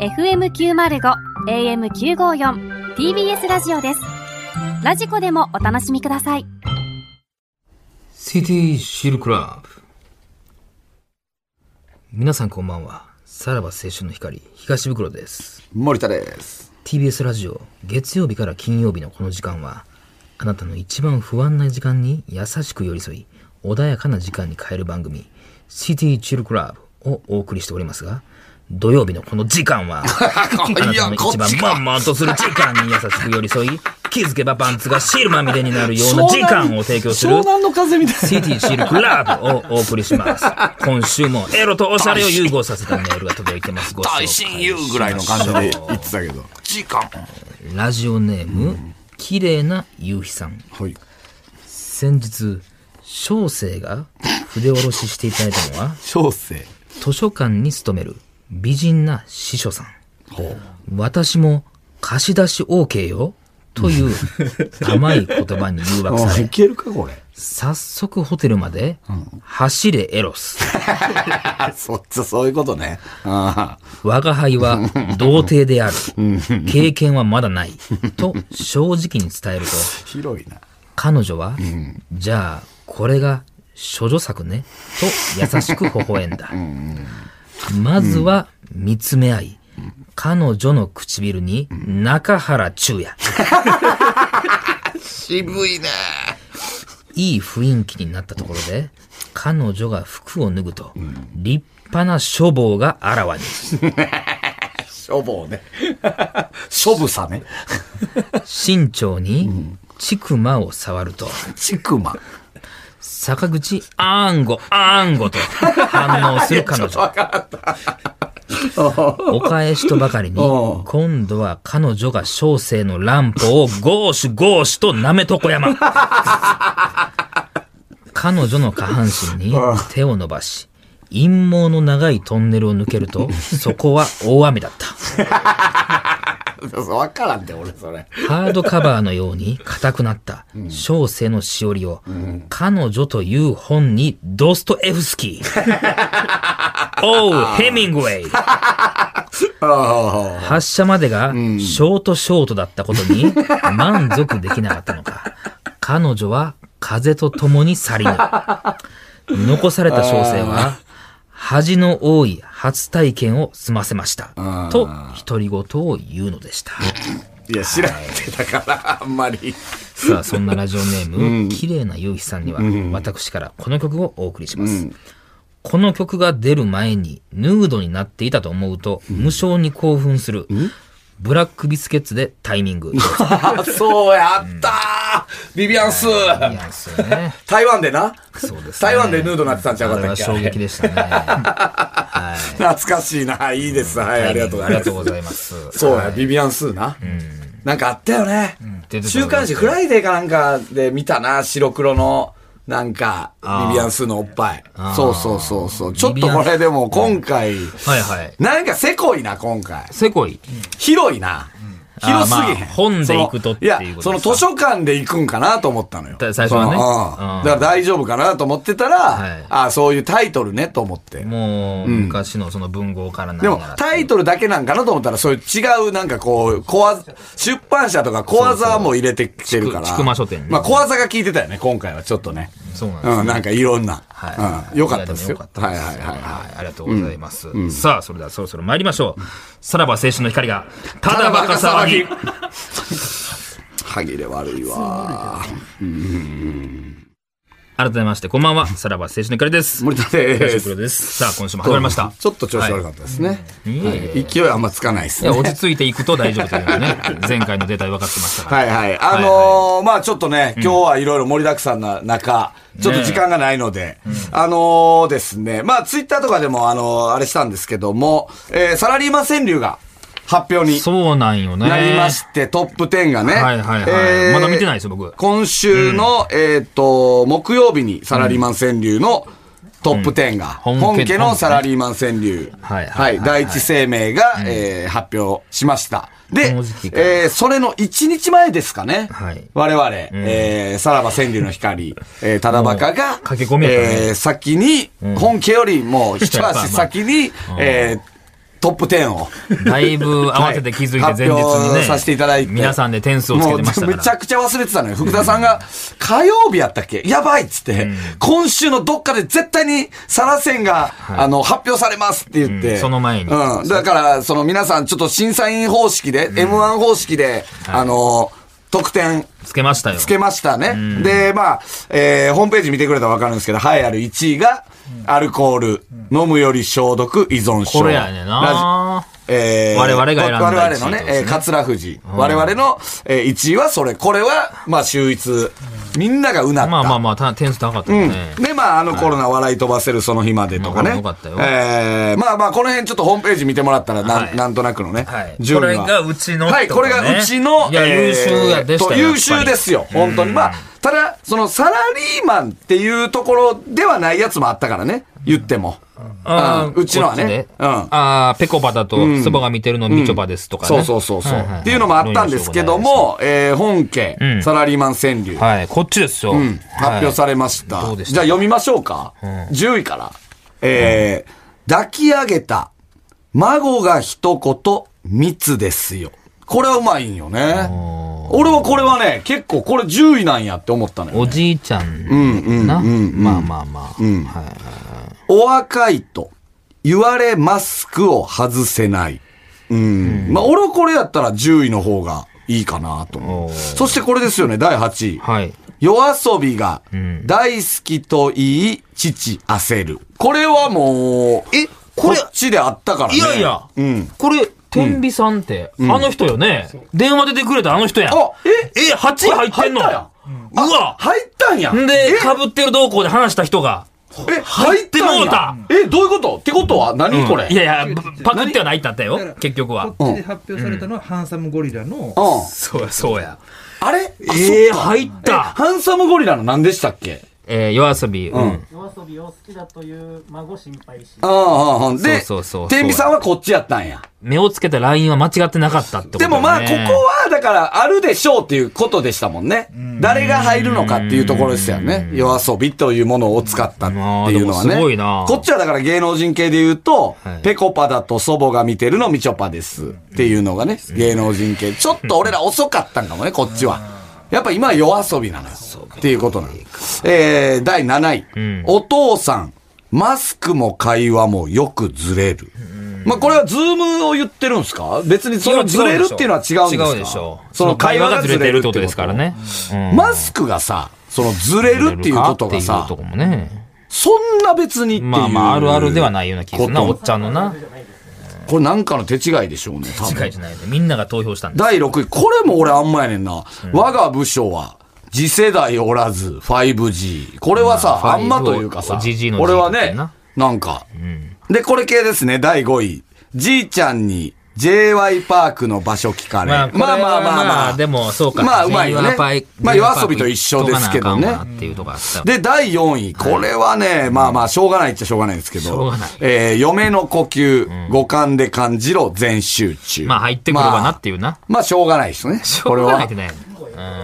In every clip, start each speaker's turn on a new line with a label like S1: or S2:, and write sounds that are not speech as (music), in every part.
S1: FM905 AM954 TBS ラジオですラジコでもお楽しみください
S2: シティシルクラブ皆さんこんばんはさらば青春の光東袋です
S3: 森田です。
S2: TBS ラジオ月曜日から金曜日のこの時間はあなたの一番不安な時間に優しく寄り添い穏やかな時間に変える番組「シティチルクラブ」をお送りしておりますが土曜日のこの時間
S3: (laughs)
S2: はあなたの一番まんまとする時間に優しく寄り添い気づけばパンツがシールまみれになるような時間を提供する
S3: 湘南の風みたいな。
S2: シティシルクラブをお送りします。今週もエロとオシャレを融合させたメールが届いてます。ご紹介
S4: 大
S2: しま
S4: 親
S2: しょ
S4: 友
S2: う
S4: ぐらいの感
S3: で
S4: じで。
S3: 言ってたけど。
S4: 時間。
S2: ラジオネーム、綺麗な夕日さん。
S3: はい。
S2: 先日、小生が筆下ろししていただいたのは、
S3: 小生。
S2: 図書館に勤める美人な司書さん。私も貸し出し OK よ。という甘い言葉に誘惑さ
S3: あ、
S2: れ
S3: い、けるかこれ。
S2: 早速ホテルまで、走れエロス。
S3: あ、 (laughs) そっち、そういうことね。あ
S2: 我が輩は童貞である。経験はまだない。と正直に伝えると、
S3: あ、広いな。
S2: 彼女は、じゃあ、これが処女作ね。と優しく微笑んだ。まずは見つめ合い、彼女の唇に中原中也。
S4: (laughs) 渋いね。
S2: いい雰囲気になったところで、彼女が服を脱ぐと、立派な処方があらわに。
S3: 処方ね。 (laughs) 処分さね。
S2: 身長に、ちくまを触ると、
S3: ちくま。
S2: 坂口あんご、あんごと反応する彼女。お返しとばかりに、
S3: うん
S2: 今度は彼女が小生の乱歩をゴーシュゴーシュと舐めとこ山。彼女の下半身に手を伸ばし、陰謀の長いトンネルを抜けると、そこは大雨だった。
S3: わからんて、俺、それ。
S2: ハードカバーのように硬くなった小生のしおりを、彼女という本にドストエフスキー。おう、ヘミングウェイ。
S3: ああ。
S2: 発射までがショートショートだったことに満足できなかったのか。彼女は風と共に去りぬ。残された小生は、恥の多い初体験を済ませました。と、独り言を言うのでした。
S3: いや、知らんてだから、あんまり。 (laughs)
S2: さあ、そんなラジオネーム、綺麗な夕日さんには、私からこの曲をお送りします。この曲が出る前に、ヌードになっていたと思うと、無性に興奮する、ブラックビスケッツでタイミン
S3: (laughs)
S2: グ。い
S3: あ、そうやったービビアンス
S2: やですよね。
S3: 台湾でな。
S2: そうですね
S3: 台湾でヌードになってたんちゃうか
S2: あ
S3: っ
S2: れ
S3: た
S2: は
S3: っけ
S2: 衝撃でしたね。はい。
S3: 懐かしいな。いいです。 (laughs) はい、ありがとう
S2: あ
S3: ござ
S2: りが
S3: います
S2: とう。ございます。
S3: そうや、
S2: はい
S3: ビビアンスーな。なんかあったよね
S2: 出て。た
S3: 週刊誌フライデーかなんかで見たな、白黒の、なんか、
S2: あー
S3: ビビアンスーのおっぱい。そうそうそうそう。ちょっ
S2: ビビ
S3: と
S2: アン
S3: これでも今回、
S2: はいはい。
S3: なんかせこいな、今回。
S2: せこい。
S3: 広いな。広すぎへん。
S2: あーまあ本で行くとっていうこと
S3: そのい
S2: で
S3: や、
S2: すか
S3: その図書館で行くんかなと思ったのよ。
S2: だ最初はね
S3: その
S2: う
S3: うんんだから大丈夫かなと思ってた
S2: はい
S3: ら、あーそういうタイトルねと思って。
S2: もう、昔のその文豪からなん
S3: で
S2: やら
S3: も、タイトルだけなんかなと思ったら、そういう違う、なんかこう、小技、出版社とか小技も入れてきてる
S2: そうそう
S3: か
S2: ち
S3: ら。
S2: くちくま書店ね
S3: まあ、小技が効いてたよね、今回はちょっとね。
S2: そうなんですね
S3: うん、なんかいろんな。
S2: は
S3: う
S2: い。
S3: ん。よかったですよ。
S2: いやも良
S3: はい
S2: か
S3: は
S2: った
S3: い
S2: です
S3: はいは
S2: はいありがとうございます。さあ、それではそろそろ参りましょう。さらば青春の光が、ただバカ騒ぎ。
S3: い。歯切れ悪いわ。
S2: 改めまして、こんばんは。さらば青春の光です。
S3: 森田で
S2: 東
S3: す。
S2: 袋です。さあ、今週も始まりました。
S3: ちょっと調子悪かったですね。
S2: いえい
S3: はい勢いあんまつかないです
S2: い
S3: ね。
S2: や、落ち着いていくと大丈夫というのはね、前回のデータで分かってましたから。
S3: はいはい。あのーまあちょっとね、今日はいろいろ盛りだくさんな中、ちょっと時間がないので、あのーですね、まあツイッターとかでも、あのーあれしたんですけども、えーサラリーマン川柳が発表に
S2: そうなんよね。
S3: なりまして、トップ10がね。
S2: はいはいはいまだ見てないですよ僕
S3: 今週の、えっ、と、木曜日にサラリーマン川柳の、トップ10が、
S2: うん
S3: 本家
S2: 本家
S3: の
S2: ね
S3: サラリーマン川柳、
S2: はいはいはい
S3: 第一生命が、えー発表しました。で
S2: この時期、か
S3: えーそれの1日前ですかね、
S2: はい
S3: 我々、えーさらば川柳の光、えーただバカが
S2: も、う駆け込みやったね (laughs)
S3: えー先に、本家よりもう一
S2: まあまあ
S3: 足先に、えートップ10を。
S2: だいぶ合わせて気づいて前日
S3: はい
S2: に
S3: 発
S2: ね。
S3: 表させていただいて。
S2: 皆さんで点数をつけてましたか
S3: もう
S2: ら。
S3: めちゃくちゃ忘れてたのよ。福田さんが、火曜日やったっけやばいっつって、今週のどっかで絶対にサラセンが、あの、発表されますって言って。
S2: うんその前に
S3: うん。だから、その皆さんちょっと審査員方式で、M1 方式で、あの、得点、
S2: つけましたよ。
S3: つけましたね。で、まあ、えーホームページ見てくれたらわかるんですけど、栄えある1位が、アルコール、飲むより消毒、依存症。
S2: これやねんな。
S3: ラジえー
S2: 我々が選んだ
S3: 我々の
S2: 1位っ、て
S3: ね
S2: ことですね
S3: えー桂富士。我々の、えー1位はそれ。これは、まあ、秀逸。みんながうなった。
S2: まあまあまあ、た点数高かったよね。
S3: で、まあ、あのコロナ笑い飛ばせるその日までとか
S2: まあ
S3: ね。
S2: よかったよ
S3: えーまあまあ、この辺ちょっとホームページ見てもらったら、な
S2: は
S3: ん
S2: い
S3: なんとなくのね
S2: はい。
S3: 順位は
S2: これがうちのって
S3: はい、
S2: こと
S3: これ
S2: ね
S3: がうちの。
S2: いや優秀やでしたよ
S3: と優秀ですよ。本当に。まあ、ただ、そのサラリーマンっていうところではないやつもあったからね。言っても。
S2: あ
S3: うんうちのは
S2: こ
S3: ね。
S2: っち
S3: う
S2: で
S3: ん。
S2: ああ、ぺこばだと、そばが見てるのみちょぱですとか
S3: そう
S2: ね。
S3: そうそうそう、
S2: はいはいはい
S3: っていうのもあったんですけど。も、えー本家、
S2: ん
S3: サラリーマン川柳、
S2: はい、こっちですよ。
S3: うん発表されました。
S2: どうでした
S3: じゃあ読みましょうか。10位から。えー抱き上げた孫が一言密ですよ。これはうまいんよね。俺はこれはね、結構これ10位なんやって思ったのよ、
S2: お
S3: ね。
S2: じいちゃんな。まあまあまあ。はいはい
S3: お若いと言われマスクを外せない。うん。まあ俺はこれやったら10位の方がいいかなと思
S2: お
S3: う。
S2: ー
S3: そしてこれですよね、第8位。
S2: はい。
S3: 夜遊びが大好きと言い、父焦る。これはもう、
S2: えこ
S3: こ
S2: れ
S3: っちであったからね。
S2: いやいや
S3: うん。、
S2: これ、天秤さんって、あの人よね。電話出てくれたあの人やん。
S3: あえ
S2: え、8位入ってんの
S3: 入ったやん
S2: うわ
S3: 入ったんや。
S2: ん
S3: え
S2: で、かぶってる動向で話した人が。
S3: え、入ったんや
S2: 入ってもうた
S3: え、どういうことってことは何これ
S2: いやいや、パクってはないってあったよ。結局は。
S4: こっちで発表されたのは、ハンサムゴリラの、
S3: うん。
S2: そうや、そうや。
S3: あれ
S2: えー、
S3: あそっか
S2: 入った。
S3: ハンサムゴリラの何でしたっけ
S2: えー、夜遊び。うん。
S5: 夜遊びを好きだという孫心配し
S3: ああ、ああ、で、
S2: そうそうそう
S3: 天秤さんはこっちやったんや。
S2: 目をつけたラインは間違ってなかったってこと
S3: で
S2: だね
S3: もまあ、ここは、だから、あるでしょうっていうことでしたもんね。誰が入るのかっていうところですよね。夜遊びというものを使ったっていうのは
S2: うんまあでも
S3: ね。
S2: すごいな
S3: こっちはだから芸能人系で言うと
S2: はい、
S3: ペコパだと祖母が見てるのみちょぱですっていうのがね、芸能人系。ちょっと俺ら遅かったんかもね、こっちは。やっぱ今は夜遊びなのよ。っていうことなの。えー、第7位。お父さん、マスクも会話もよくずれる。まあこれはズームを言ってるんですか別にそのずれるっていうのは違うんですか
S2: 違うでしょう。
S3: その会話がずれてるっ
S2: そ
S3: て
S2: の会話がずれてるってことと
S3: こで
S2: ですす
S3: か
S2: からら
S3: ね。
S2: ね。うん
S3: マスクがさ、そのずれるっていうことが
S2: かっ
S3: さ
S2: ていうと、こもね。
S3: そんな別にっていう。
S2: まあまあ、あるあるではないような気がするな、
S3: こ
S2: お
S3: と
S2: っちゃんのな。
S3: これなんかの手違いでしょうね、多
S2: 近
S3: 分
S2: い。じゃないで。みんなが投票したんだ。
S3: 第6位。これも俺あんまやねんな。我が部署は、次世代おらず 5G。これはさ、
S2: まあ
S3: あんまというかさ、
S2: 5G の G
S3: 俺は
S2: だった
S3: ね
S2: よな、
S3: なんか、で、これ系ですね、第5位。じいちゃんに JY パークの場所聞かれ。
S2: まあ、これはまあまあまあ、でも、そうか。
S3: まあうまいよね
S2: J-Wap パイ
S3: まあ夜遊びと一緒ですけどね
S2: J-Wap 行っとかなあかんわっていうとこあった。
S3: で、第4位。これはね、まあまあ、しょうがないっちゃしょうがないんですけど。
S2: ょうがない
S3: えー嫁の呼吸、五感で感じろ、全集中。
S2: まあ、入ってくるわなっていうな。
S3: まあ、しょうがないですね。
S2: しょ
S3: これ
S2: うがない
S3: は
S2: って。ね。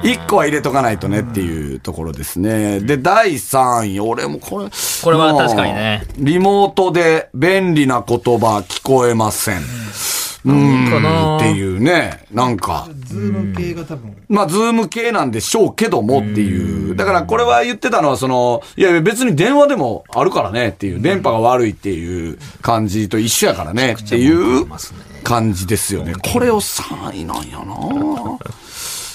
S3: 一個は入れとかないとねっていうところですね。で、第3位。俺もこれ。こ
S2: れは確かにね。
S3: リモートで便利な言葉聞こえません。う
S2: か
S3: ん。
S2: な
S3: っていうね。なんか。
S4: ズーム系が多分、
S3: まあ、ズーム系なんでしょうけどもっていう。だから、これは言ってたのは、その、いやいや、別に電話でもあるからねっていう、電波が悪いっていう感じと一緒やからねっていう感じですよね。これを3位なんやな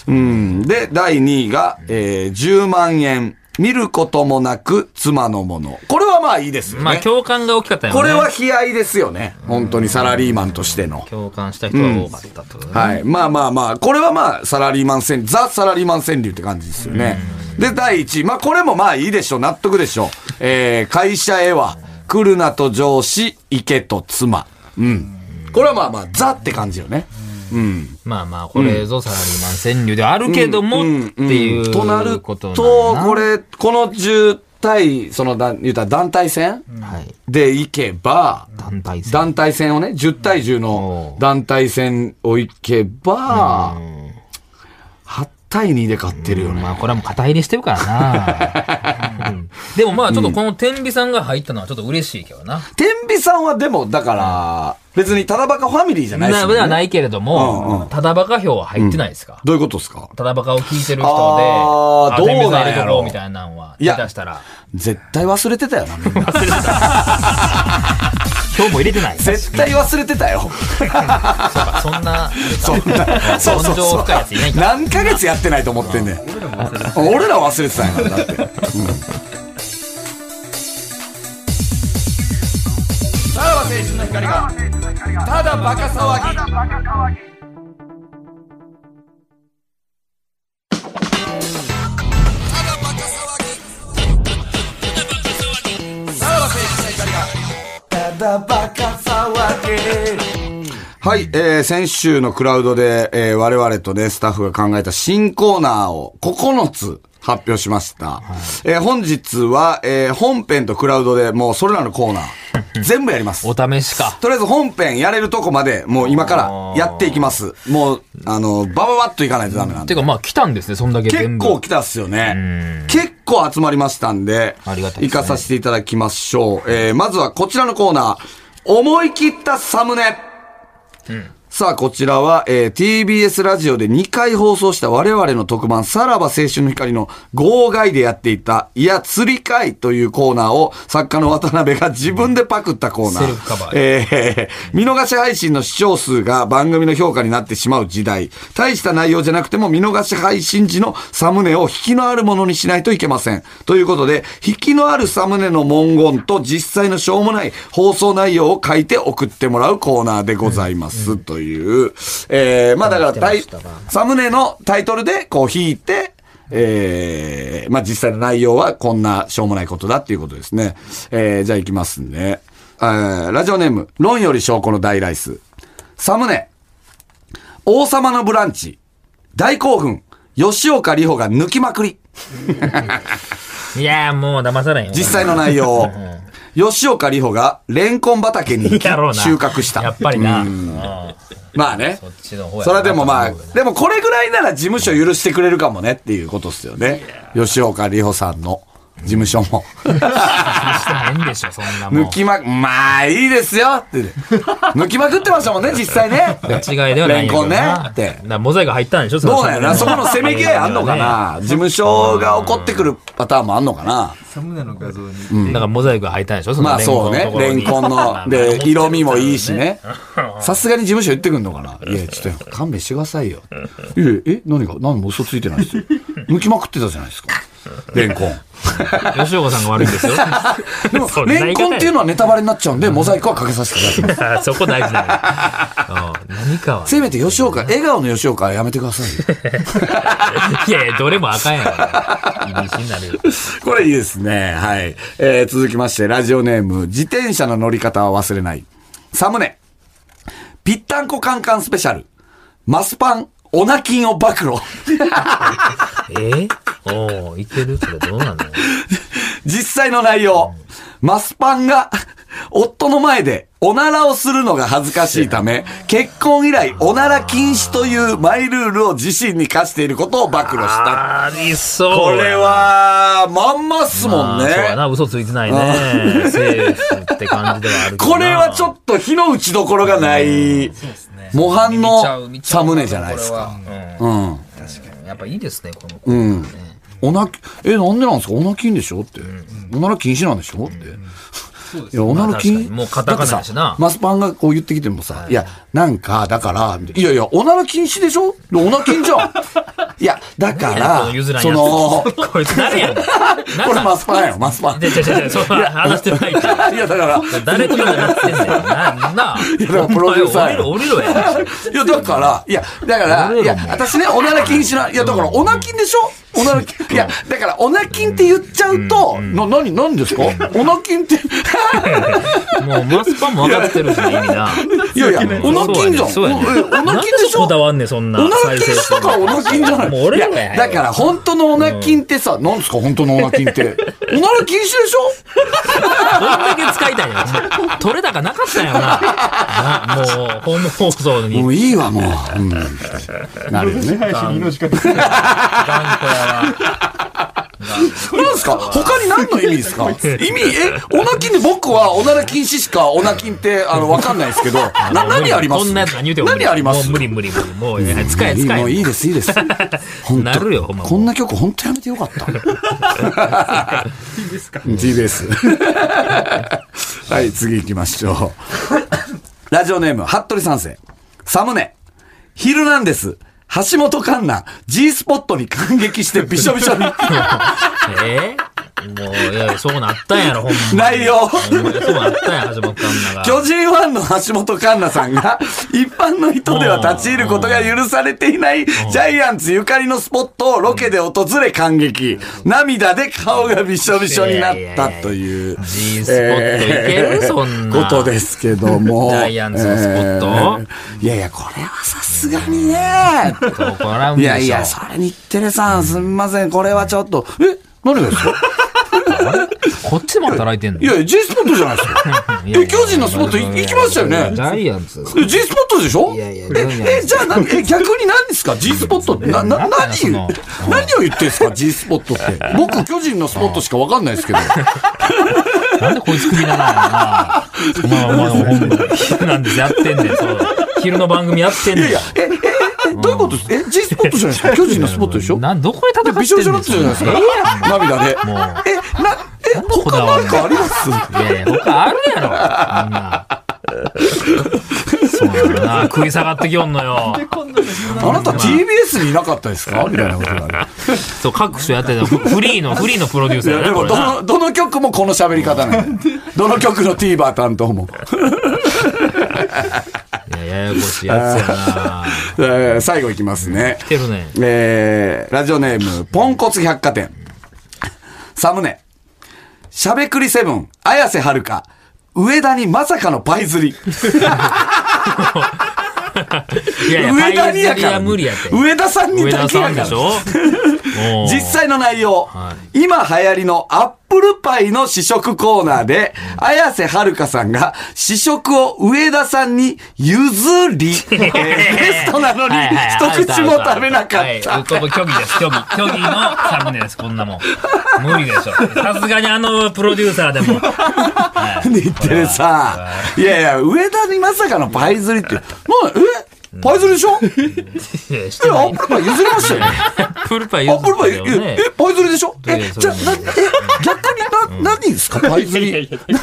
S3: うん。で、第2位が、えー10万円。見ることもなく、妻のもの。これはまあいいですよね。
S2: まあ、共感が大きかったよね。
S3: これは悲哀ですよね。本当にサラリーマンとしての。
S2: 共感した人が多かったってことね。
S3: はい。まあまあまあ、これはまあ、サラリーマン川柳、ザ・サラリーマン川柳って感じですよね。で、第1位。まあ、これもまあいいでしょう。納得でしょう。えー、会社へは、来るなと上司、行けと妻。うん。これはまあまあ、ザって感じよね。うん。
S2: まあまあ、これぞサラリーマン川柳ではあるけども、っていう
S3: となる、
S2: ことと
S3: こ
S2: れ。
S3: れ、この10対、その、だ言うたら団体戦
S2: はい。
S3: で行けば、
S2: 団体戦。
S3: 団体戦をね、10対10の団体戦をいけば、8対2で買ってるよ
S2: ま
S3: ね。
S2: あこれはもう肩入れしてるから
S3: (laughs)
S2: な、うんでもまあちょっとこの天秤さんが入ったのはちょっと嬉しいけどな。
S3: 天秤さんはでも、だから、別にただバカファミリーじゃないです
S2: な
S3: よ
S2: ではな
S3: ね。
S2: いけれど
S3: うんうん
S2: も、ただバカ票は入ってないですか、
S3: どういうことですか
S2: ただバカを聞いてる人で、
S3: あー
S2: あ天秤さ
S3: どうなんやろ
S2: 入れとこうみたいなのは、
S3: いや
S2: 下手したら。
S3: 絶対忘れてたよな、
S2: (laughs)
S3: みんな。
S2: 今日も入れてない。
S3: 絶対忘れてたよ。
S2: (laughs) そうかそんな、
S3: そんな、そうそ
S2: 根
S3: う
S2: 性
S3: そう
S2: 深いやついない。から。
S3: 何ヶ月やってないと思ってんねん。俺ら忘れてたんやから、だって。うんさらば青春の光が、ただバカ騒ぎ。はい、えー、先週のクラウドで、えー、我々とね、スタッフが考えた新コーナーを9つ発表しました。えー、本日は、えー、本編とクラウドでもうそれらのコーナー、全部やります。
S2: お試しか。
S3: とりあえず本編やれるとこまで、もう今からやっていきます。もう、あの、バババッといかないとダメなん
S2: て
S3: で。
S2: いうかまあ来たんですね、そんだけ
S3: 結
S2: 全部。
S3: 構来たっすよね。結構集まりましたんで、
S2: ありがたいです
S3: 行
S2: ね
S3: かさせていただきましょう。えー、まずはこちらのコーナー、思い切ったサムネ。さあ、こちらは、えー TBS ラジオで2回放送した我々の特番、さらば青春の光の号外でやっていた、いや、釣り会というコーナーを作家の渡辺が自分でパクったコーナー。
S2: セルフカバー
S3: えー見逃し配信の視聴数が番組の評価になってしまう時代。大した内容じゃなくても見逃し配信時のサムネを引きのあるものにしないといけません。ということで、引きのあるサムネの文言と実際のしょうもない放送内容を書いて送ってもらうコーナーでございます。という。えー、まあだからタイ
S2: 来てましたが
S3: サムネのタイトルでこう引いて、えー、まあ実際の内容はこんなしょうもないことだっていうことですね。えー、じゃあ行きますね。えーラジオネーム、論より証拠の大ライス。サムネ、王様のブランチ、大興奮、吉岡里帆が抜きまくり。
S2: いやーもう騙さないよ。
S3: 実際の内容を。吉岡里帆がレンコン畑に行
S2: (laughs)
S3: き
S2: やろうな
S3: 収穫した。
S2: やっぱりな。
S3: う
S2: うんん
S3: まあね
S2: そっ。ちの方やな
S3: それはでもまあ
S2: と思うよ、な
S3: でもこれぐらいなら事務所許してくれるかもねっていうことっすよね。吉岡里帆さんの事務所も。
S2: してないん
S3: (laughs)
S2: でしょ、そんなもん。
S3: 抜きまく、まあいいですよって。抜きまくってましたもんね、実際ね。
S2: 間違いではないんやけど
S3: レンコ
S2: な
S3: ンねって
S2: なモザイク入ったんでしょ
S3: どうなんやろな、そ
S2: の
S3: このせめぎ合いあ
S2: (laughs)
S3: んのかな。 (laughs) 事務所が怒ってくるパターンもあんのかな。
S4: サムネの画像に。
S2: なんかモザイクが入ったんでしょその
S3: まあそうね
S2: レンコンのところ
S3: レン
S2: に。 (laughs)
S3: (laughs) コンので、色味もいいしね。さすがに事務所言ってくんのか (laughs) ないや、ちょっと勘弁してくださいよ。いや、え何が何も嘘ついてない (laughs) ですよ。抜きまくってたじゃないですか。レンコン。 (laughs)
S2: 吉岡さんが悪いんですよ。
S3: で
S2: (laughs)
S3: も
S2: そ、んな言
S3: レン
S2: い方
S3: コンっていうのはネタバレになっちゃうんで、モザイクはかけさせていただきます。
S2: そこ大事なのよ。うん何か
S3: (laughs)
S2: は。
S3: せめて吉岡、笑顔の吉岡はやめてくださいよ。
S2: いやいや、どれもあかんやろ。意味深になるよ。
S3: (laughs) これいいですね。はい。えー続きまして、ラジオネーム、自転車の乗り方は忘れない。サムネ、ぴったんこカンカンスペシャル、マスパン、オナキンを暴露。 (laughs)
S2: えおおいけるそれどうなの
S3: 実際の内容。マスパンが、夫の前で、おならをするのが恥ずかしいため、結婚以来、おなら禁止というマイルールを自身に課していることを暴露した。
S2: ありそう。
S3: これは、まんまっすもん
S2: まあそう
S3: ね
S2: や。な、嘘ついてないね。セーフって感じではあるけどな
S3: これはちょっと火の打ちどころがない、模範のサムネじゃないですか。
S2: か。
S3: うん。
S2: うんやっぱいいですね、この。
S3: うん。おなき、え、なんでなんですかおなきんでしょって。おなら禁止なんでしょって。いや、おなら禁
S2: まあ確かにもうカタカナやしな
S3: だってさマスパンがこう言ってきてもさ、いや、なんか、だから、みたいないやいや、おなら禁止でしょおなきん
S2: (laughs)
S3: じゃん。いや、だか
S2: この
S3: ら、
S2: 譲らん
S3: そ
S2: やつ (laughs)
S3: の、こ
S2: こいつ誰やねん。
S3: れマスパンやよ、マスパン。
S2: じゃじゃじゃじゃ、そう話してないって。
S3: (laughs) いや、だから、
S2: 誰と話ってんだよ。な、な、
S3: やだからプロデューサーや
S2: お前降りろ
S3: (laughs)
S2: や。
S3: いや、だから、いや、だか
S2: 俺
S3: ら、
S2: らも
S3: いや、私ね、おなら禁止な、いや、だから、おなきんでしょおならきん、いや、だから、おなきんって言っちゃうと、な、なに、なんですかおなき
S2: (laughs)
S3: んって、
S2: もうマスパンも分かってるしな、意味な。
S3: いやいや、おなきんじゃん。
S2: そうやね
S3: おえおなきんでしょ
S2: こだわんねん、そんな。
S3: おなきんとかおなきんじゃない。
S2: もう俺ら
S3: い
S2: が
S3: やだから、本当のおなきんってさ、なんですか本当のおなき
S2: (laughs)
S3: んって。おなら禁止でし
S2: どんだけ使いたいの取れ高なかったんやろな。なもう、本放送
S3: ょも
S2: に。
S3: ういいわ、 (laughs) もう。うんなるよね。
S6: 配信に命かけて
S3: なんですか他に何の意味で
S2: (laughs)
S3: すか意味、え、おなきんで僕はおなら禁止しかおなきんって、あの、わかんないですけど、な、何あります
S2: こんなやつ何言うても無理。
S3: 何あります
S2: もう無理無理無理。もう、いや使え
S3: いい
S2: 使
S3: もうい
S2: え。
S3: いです、いいです。
S2: (laughs)
S3: 本
S2: なるよほんま
S3: こんな曲、本当やめてよかった。
S4: ですか
S3: TBS。はい、次行きましょう。ラジオネーム、服部三世。サムネ。ヒルナンデス。橋本環奈、G スポットに感激してびしょびし (laughs) ょに。
S2: えーもう、いや、そうなったんやろ、ほんま。
S3: 内容
S2: ほんまそうなったんや、橋本環奈が。
S3: 巨 (laughs) 人ファンの橋本環奈さんが、一般の人では立ち入ることが許されていない、ジャイアンツゆかりのスポットをロケで訪れ感激。涙で顔がびしょびしょになったという。
S2: G スポットいける、
S3: えー
S2: そんな。
S3: ことですけども。
S2: ジャイアンツのスポット
S3: えーいやいや、これはさすがにね。
S2: 怒らん
S3: い
S2: でしょ。
S3: やいや、それ日テレさん、すみません、これはちょっと、え、何がです
S2: (laughs)
S3: か
S2: こっちも働いてんの
S3: いやいや、G スポットじゃないですか。
S2: (laughs) いやい
S3: え、
S2: や
S3: 巨人のスポットい行きましたよね
S2: ジ。ャイアンツ。
S3: え G スポットでしょ
S2: いやいや
S3: え、え、じゃあ何、え、逆に何ですか ?G スポットって、な、な、何
S2: なんだよそ
S3: 何を
S2: の
S3: 言ってんですか ?G スポットって。僕、巨人のスポットしかわかんないです
S2: (laughs)
S3: けど。
S2: なんでこいつクビなのな。 (laughs) お前お前ほんま昼なんですやってんねん。そう昼の番組やってん
S3: い
S2: ね
S3: や
S2: ん。
S3: いや、え、え、え、どういうことですえ、G スポットじゃないですか巨人のスポットでしょ
S2: なんどこで戦ってんねん。
S3: びしょびしょになってたじゃないですか。涙で。
S2: もう
S3: え、な、え、
S2: こだ
S3: 他
S2: わ
S3: な
S2: る
S3: んかあります
S2: いやいや他あるやろ。あんな。そうなんだな。食い下がってきよんのよ。
S3: あなた TBS にいなかったです
S2: (laughs)
S3: かみたいなことがある。
S2: そう、各所やってた。フリーの、フリーのプロデューサーや
S3: で
S2: な、こ
S3: も、
S2: れ
S3: ど
S2: な。
S3: の、どの曲もこの喋り方な
S2: (laughs)
S3: んで。どの曲の TVer 担当も。
S2: いや、ややこしいやつやな。
S3: えー最後いきますね。
S2: 来てるね。
S3: えーラジオネーム、ポンコツ百貨店。サムネ。しゃべくりセブン、綾瀬はるか、上田にまさかのパイ釣り。
S2: いやいや、
S3: 上田にや
S2: パイ釣
S3: か
S2: りは
S3: ら。
S2: 無理やって。
S3: 上田さんに
S2: 上
S3: だ
S2: 田
S3: け
S2: さ
S3: や
S2: ん
S3: か
S2: で
S3: ら
S2: し。ょもう
S3: 実際の内容、
S2: は
S3: 今流行りのアップルパイの試食コーナーで、綾瀬はるかさんが試食を上田さんに譲
S2: (laughs)
S3: り、えーゲストなのに
S2: はいはいはい
S3: 一口も食べなか
S2: はい
S3: った。
S2: ここ虚偽です、虚偽。虚偽のサムネです、こんなもん。無理でしょ。さすがにあのプロデューサーでも。
S3: (laughs) 日テレさ、いやいや、上田にまさかのパイ釣りって、なえパイ釣りでしょえ、
S2: いやして
S3: ア
S2: ない
S3: ップルパイ譲りま
S2: (laughs)
S3: したよね。
S2: プルパイ
S3: ア
S2: 譲っ
S3: ップルパイ、
S2: てたよ
S3: え
S2: ね、
S3: えパイ釣りでしょ
S2: いやい
S3: え
S2: や、そ
S3: じ
S2: れ
S3: ゃあ、
S2: は
S3: な、え、逆にな、何で
S2: (laughs)
S3: すかパイ釣り。な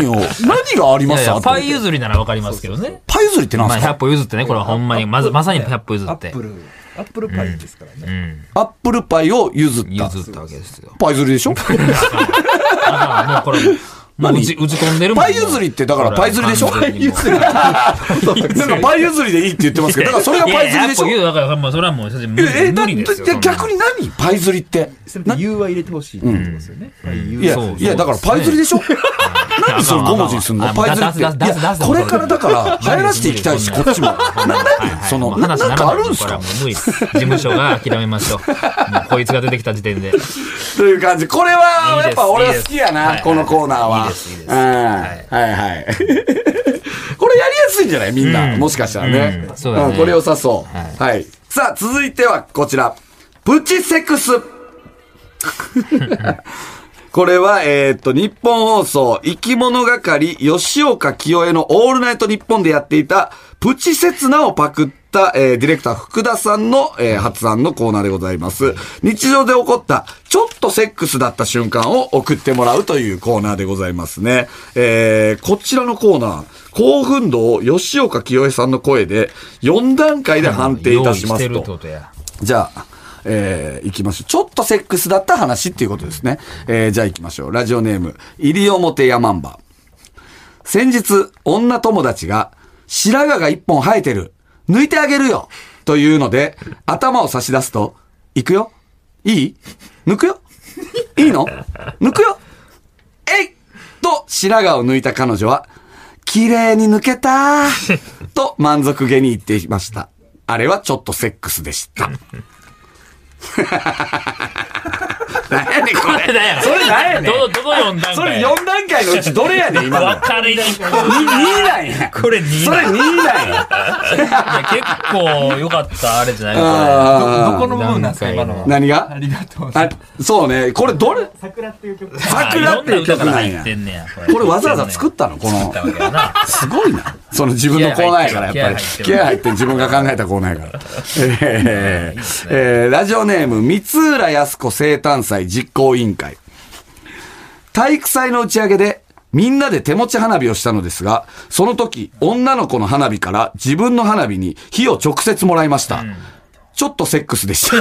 S3: 何を、何があり
S2: い
S3: ま
S2: やい
S3: す
S2: や、パイ
S3: アップル
S2: 譲りならわかりますけどね。
S3: パイ釣りって何
S2: ま
S3: で
S2: あ、
S3: すか
S2: 100歩譲ってね、これはほんまに、まず、まさに100歩譲
S4: ア
S2: っ
S4: ッ
S2: て
S4: プ。ル、アップルパイですからね。
S3: アップルパイを譲った。
S2: 譲ったわけですよ。
S3: パイ釣りでしょ
S2: だからもうこれもう、もう打ち、打ち込んでるもん。
S3: パイ譲りってだからパイ釣りでしょ
S2: これは完全にもう
S3: なんかパイ譲りでいいって言ってますけど、だからそれがパイ釣りでしょ
S2: いやいややっぱ言うだから、まあ、それはもう、無
S3: え、え
S2: 理
S3: だ
S2: 無
S3: い
S2: 理ですよ。
S3: や、逆に何パイ釣りって。
S4: せめて U は入れてほしいってことですよね。パイ U
S3: いや
S2: そう、
S3: いや、だからパイ釣りでしょなんでそれ5文字にすんの
S2: あまあ
S3: パイ釣り
S2: 出
S3: っ
S2: す
S3: て。い
S2: 出す出
S3: や
S2: す、出す
S3: これからだから、流行らせていきたいし、
S2: 無理
S3: こ
S2: 無
S3: っ
S2: 理
S3: ちも。な、な、その、ななんかあるんす
S2: これは
S3: か
S2: もう無理です事務所が諦めましょう。もうこいつが出てきた時点で。
S3: と (laughs) いう感じ。これ
S2: いい
S3: は、や
S2: です
S3: っぱ俺は好きや
S2: いい
S3: な、
S2: です
S3: このコーナーは。
S2: いいですいいです
S3: うんはいはい。 (laughs) これやりやすいんじゃないみんな。もしかしたらね。
S2: うんそうだね
S3: んこれ良さそう
S2: はい。
S3: はい。さあ、続いてはこちら。プチセクス。これは、えーっと、日本放送、生き物係、吉岡清江のオールナイト日本でやっていた、プチセツナをパクった、えーディレクター福田さんの、えー発案のコーナーでございます。日常で起こった、ちょっとセックスだった瞬間を送ってもらうというコーナーでございますね。えーこちらのコーナー、興奮度を吉岡清江さんの声で、4段階で判定いたし
S2: 用
S3: ま
S2: 意て
S3: す
S2: るって
S3: と
S2: こ。とや。
S3: じゃあ、えー、行きましょう。ちょっとセックスだった話っていうことですね。えー、じゃあ行きましょう。ラジオネーム、西表山んば。先日、女友達が、白髪が一本生えてる。抜いてあげるよというので、頭を差し出すと、行くよいい抜くよいいの抜くよえいと白髪を抜いた彼女は、綺麗に抜けたと満足げに言っていました。あれはちょっとセックスでした。何やねんこれ。
S6: だよ
S3: それ何やねん
S6: どの、どの4段階
S3: それ4段階の
S4: (laughs)
S3: うちどれやねん、今の。
S6: 分かりにくい。
S3: 2なんや。
S6: これ2
S3: それ
S6: だ。
S3: 2なんや。
S6: 結構良かった、あれじゃない
S4: ど
S3: あ
S4: この部分なんですか、今の
S3: ー
S4: は。
S3: 何
S4: あ
S3: が
S4: りがとう。
S3: あそうね。これどれ
S5: 桜っていう曲。
S3: 桜っていう曲なんや。これわざわざ作ったのこの
S6: 作ったわけやな。
S3: すごいな。その自分のコーナーやから、
S6: 気
S3: やっ
S6: 合入
S3: ぱり
S6: って。る
S3: 気合入ってる自分が考えたコーナー (laughs) やから。えーえーラジオネーム、三浦康子生誕祭実行委員会。体育祭の打ち上げで、みんなで手持ち花火をしたのですが、その時、女の子の花火から自分の花火に火を直接もらいました。ちょっとセックスでした。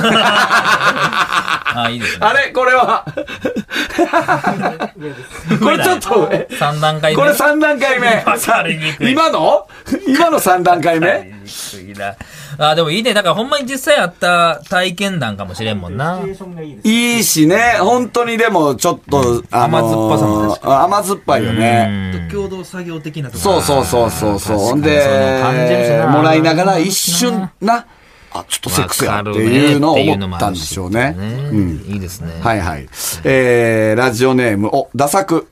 S6: あ、いいですね。
S3: (laughs) あれこれは。 (laughs) これちょっと上。
S6: 3段階目。
S3: これ3段階
S6: わかりにく
S3: 目。
S6: い
S3: 今
S6: (laughs)
S3: の今の3段階目
S6: あ、でもいいね。だからほんまに実際あった体験談かもしれんもんな。
S5: シチュエーションがいいです。
S3: いいしね、本当にでもちょっと、あの
S6: 甘酸っぱさも確
S3: あ甘酸っぱいよね。
S4: 共同作業的なとこ
S3: そうそうそうそうそう。ほんで
S6: 確かにそういうの感じるし、な
S3: もらいながら一瞬な、あ、ちょっとセックスやっていうのを思ったんでしょうね。うん。
S6: いいですね。
S3: はいはい。えー、ラジオネーム、お、ダサく。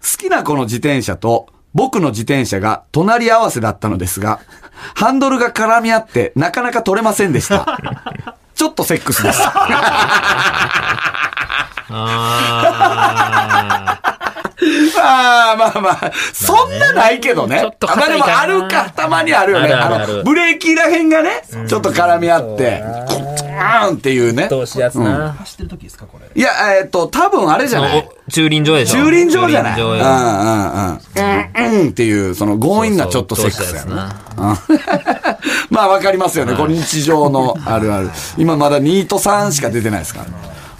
S3: 好きな子の自転車と僕の自転車が隣り合わせだったのですが、ハンドルが絡み合ってなかなか取れませんでした。
S6: (laughs)
S3: ちょっとセックスです。
S6: あ
S3: まあまあまあ、そんなないけどね。
S6: ちょっと
S3: あまあ
S6: 硬
S3: で
S6: い
S3: も
S6: かな
S3: あるか、たまにあるよね。
S6: あるあるある
S3: の、ブレーキらへんがね、ちょっと絡み合って、コーンっていうね
S6: ー。どうしやつな。
S4: 走ってる時ですか、これ。
S3: いや、えっと、多分あれじゃない
S6: お駐輪場でしょ
S3: 駐輪場じゃない
S6: 駐
S3: う
S6: 輪場よ
S3: んうんうん。うんうんっていう、その強引なちょっとセックスやな。まあわかりますよね。これ日常のあるある。今まだ2と3しか出てないですから。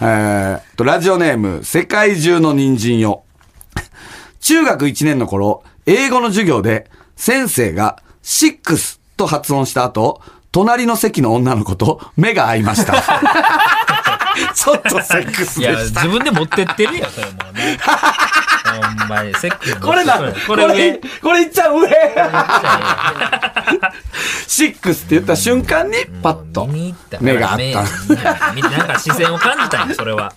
S3: えーっと、ラジオネーム、世界中の人参よ。中学1年の頃、英語の授業で、先生が、シックスと発音した後、隣の席の女の子と目が合い
S6: (laughs)
S3: ました。ちょっとセックス
S6: い
S3: で
S6: や、
S3: した。
S6: 自分で持ってってるよ、それもうね。ほんまに、セックス
S3: これな、こ
S6: これ上
S3: れ、これいっちゃう上シックスって言った瞬間に、パッと
S6: 見に行った。
S3: 目があっ
S6: 目
S3: た。
S6: 見てなんか視線を感じたんよ、それは。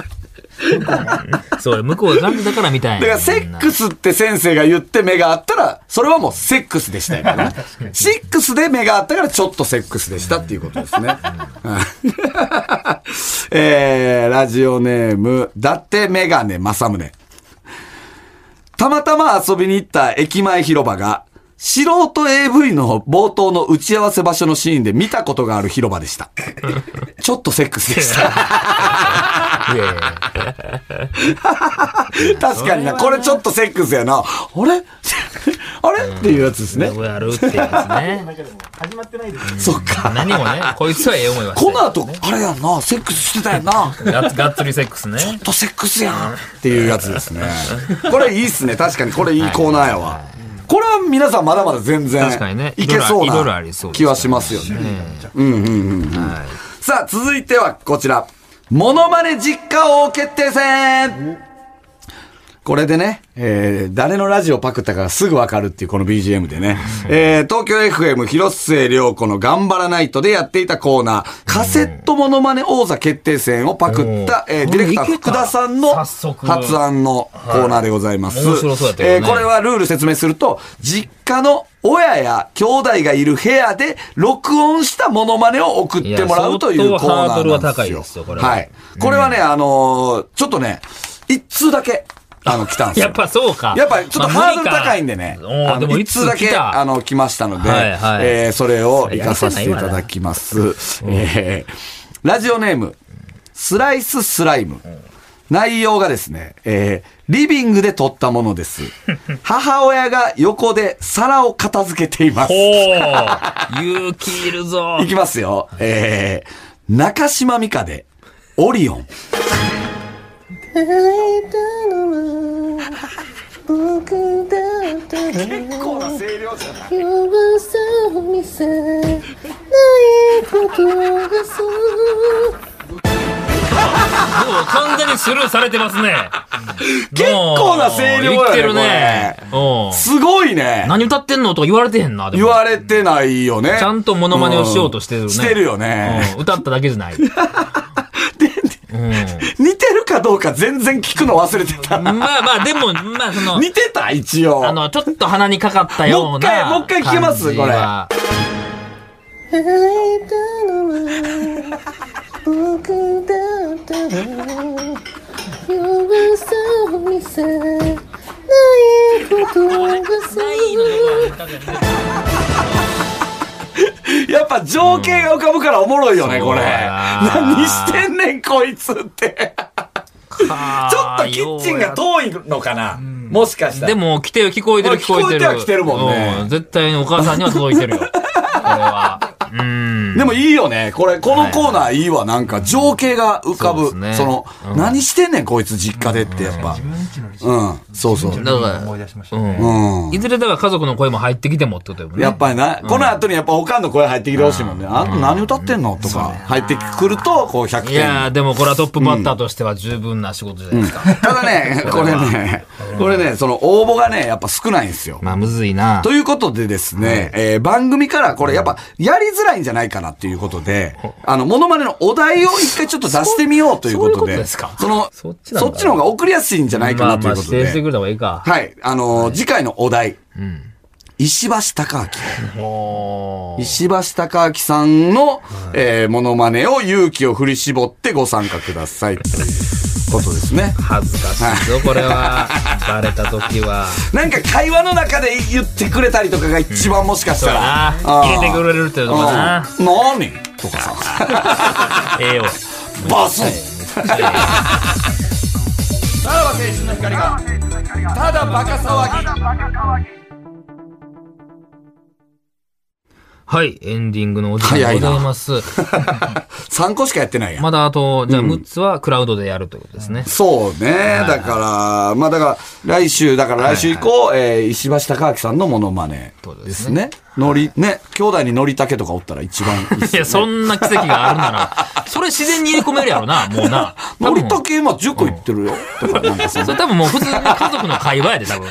S6: そう、向こうが感じたから見たんや。
S3: だから、セックスって先生が言って目があったら、それはもうセックスでしたよね。シックスで目があったから、ちょっとセックスでしたっていうことですね。 (laughs) えー、ラジオネーム、だってメガネ正宗。たまたま遊びに行った駅前広場が、素人 AV の冒頭の打ち合わせ場所のシーンで見たことがある広場でした。ちょっとセックスでした。
S6: いやいやいや
S3: 確かにな。これちょっとセックスやな。あれあれっていうやつですね。
S6: これあるってやつね。
S5: だけども始まってないです。
S3: そっか。
S6: 何もね、こいつはええ思いはして
S3: この後、あれやんな。セックスしてたやんな。ちょっ
S6: ガッツ、がっつりセックスね。
S3: とセックスやん。っていうやつですね。 (laughs) これいいっすね。確かにこれいいコーナーやわ。これは皆さんまだまだ全然
S6: 確かにね
S3: いけそう
S6: いろいろ
S3: な
S6: ありそうです
S3: 気
S6: から
S3: はしますよね。さあ、続いてはこちら。モノマネ実家王決定戦これでね、えー、誰のラジオパクったかすぐわかるっていうこの BGM でね、えー、東京 FM 広末涼子の頑張らないとでやっていたコーナー、カセットモノマネ王座決定戦をパクった、えー、ディレクター福田さんの
S6: 早速
S3: 発案のコーナーでございます。
S6: はい面白そうやったけどね
S3: えーこれはルール説明すると、実家の親や兄弟がいる部屋で録音したモノマネを送ってってもらうとい
S6: いうや
S3: コーナ
S6: 相
S3: ーなんですよ。
S6: 当ハードルは高いですよこれは
S3: はい。これはね、あのーちょっとね、一通だけ、あの、来たんですよ。
S6: やっぱそうか。
S3: やっぱちょっとハードル高いんでね。
S6: まあ無理かお
S3: あ
S6: ー
S3: の
S6: でもい
S3: 一通
S6: つ
S3: だ
S6: 来
S3: け、
S6: た。
S3: あの、来ましたので、
S6: はいはい
S3: えーそれを活かさせていただきます。えーラジオネーム、スライススライム。内容がですね、えーリビングで撮ったも
S6: (laughs)
S3: のです。母親が横で皿を片付けていま
S6: お
S3: す。
S6: お勇気いるぞ
S3: いきますよ。えー、中島美嘉で、オリオン。結構な声量じゃない
S2: 完全にスルーされてますね。
S3: 結構な声量やね
S2: 言ってるね。うん
S3: すごいね。
S2: 何歌ってんのとか言われてへんな。で
S3: 言
S2: も
S3: われてないよね。
S2: ちゃんとモノマネをしようとしてるね。
S3: うんしてるよね
S2: うん歌っただけじゃ
S3: (laughs)
S2: ない。うん
S3: 似てるかどうか全然聞くの忘れてた。
S2: まあまあ、でも、まあその、
S3: 似てた一応。
S2: あの、ちょっと鼻にかかったような。
S3: もう一回もう一回聞けます
S2: 感じは
S3: やっぱ情景が浮かぶからおもろいよね、
S2: うん
S3: これ。
S2: そうやな
S3: 何してんねん、こいつって。ちょっとキッチンが遠いのかな。もしかしたら。
S2: でも、来てる、聞こえてる、
S3: まあ
S2: 聞こえてる。
S3: 聞こえては来てるもんね
S2: う絶対にお母さんには届いてるよ。これは。うん。
S3: でもいいよね。これ、このコーナーいいわ。なんか、情景が浮か
S2: そう
S3: ぶ。そ
S2: ですね
S3: の、
S2: うん
S3: 何してんねん、こいつ実家でって、やっぱ。うん。そうそう。
S2: だから、
S4: 思い出しましたね。
S2: うん
S3: う。ん
S2: いずれだから家族の声も入ってきてもってことよね。
S3: やっぱりな、この後にやっぱ、おかんの声入ってきてほしいもんね。あんた何歌ってんのとか、入ってくると、こう、100
S2: い
S3: 点。
S2: やー、でもこれはトップバッターとしては十分な仕事じゃないですか。
S3: た
S2: (laughs)
S3: だね、これね、これね、その、応募がね、やっぱ少ないんですよ。
S2: まあ、むずいな。
S3: ということでですね、えー番組からこれやっぱやりづらいんじゃないかなっていうことで、あの、モノマネのお題を一回ちょっと出してみようということ
S2: そういうこと
S3: で、
S2: ですか
S3: の、
S2: そ
S3: そ
S2: っ
S3: っ
S2: ちなのかな
S3: ちの方が送りやすいんじゃないか
S2: まあ
S3: なと
S2: ま
S3: い
S2: あ、
S3: うこ
S2: 指
S3: と
S2: 定してく
S3: で、
S2: れた方がいいか。
S3: はい、あのー次回のお題、石橋貴
S2: も
S3: 明。石橋貴明さんの、えーモノマネを勇気を振り絞ってご参加くださいということですね。
S2: う、恥ずかしいぞ、これ
S3: (laughs)
S2: は。バレた時は。
S3: なんか会話の中で言ってくれたりとかが一番もしかし
S2: そう
S3: た
S2: や
S3: ら
S2: な。。入れてくれるっていうのかな。
S3: うん何とかさ。
S2: ええよ。
S3: バスさらば青春の光がただバカ騒 (laughs) ぎ
S2: はい、エンディングのお時間でござい
S3: (laughs)
S2: ます。
S3: 3個しかやってないやん、
S2: まだあと、じゃあ6つはクラウドでやるということですね。
S3: そうねだからまあだから来週だから来週以降、えー石橋貴明さんのモノマネ
S2: そうで
S3: ですすねのりね兄弟にのりたけとかおったら一番いいっ
S2: (laughs)
S3: す
S2: いや、そんな奇跡があるなら、それ自然に入れ込めるやろな、もうな。多
S3: の
S2: 分
S3: りたけ今10個言っ
S2: (laughs)
S3: てるよ、とかなんかその
S2: それ多分もう普通に家族の会話やで、多分。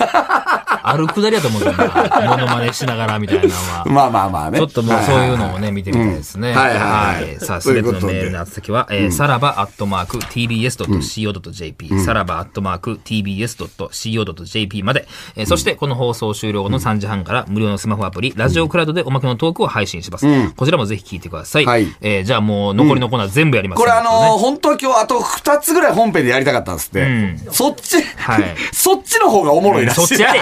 S2: あるくだりやと思うけどな。モノマネしながらみたいなのは。
S3: まあまあまあね
S2: ちょっともうそういうのをね、見てみたいですね。
S3: うんはいはいはい
S2: さあ、す
S3: とい
S2: べ
S3: う
S2: ての
S3: ことで
S2: メールの宛先は、えーさらばアットマーク tbs.co.jp、さらばアットマーク tbs.co.jp まで、えーそしてこの放送終了後の3時半から無料のスマホアプリ、ラジオクラウドでおまけのトークを配信します。こちらもぜひ聞いてください。
S3: はい
S2: えーじゃあもう残りのコーナー全部やります、
S3: これあのー本当は今日あと2つぐらい本編でやりたかったんですって。そっち、
S2: はい
S3: (laughs) そっちの方がおもろいらしい。
S2: そっちやれ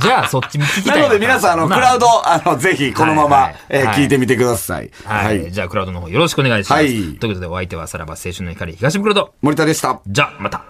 S2: じゃあそっち聞きた (laughs)
S3: ないので皆さん、あの、
S2: な
S3: クラウド、あの、ぜひ、このま
S2: はい
S3: ま
S2: はい、
S3: えー
S2: はい
S3: 聞いてみてください。
S2: は、
S3: はいい。
S2: じゃあクラウドの方よろしくお願いします。
S3: はい
S2: ということでお相手はさらば青春の光東袋と、
S3: 森田でした。
S2: じゃあまた。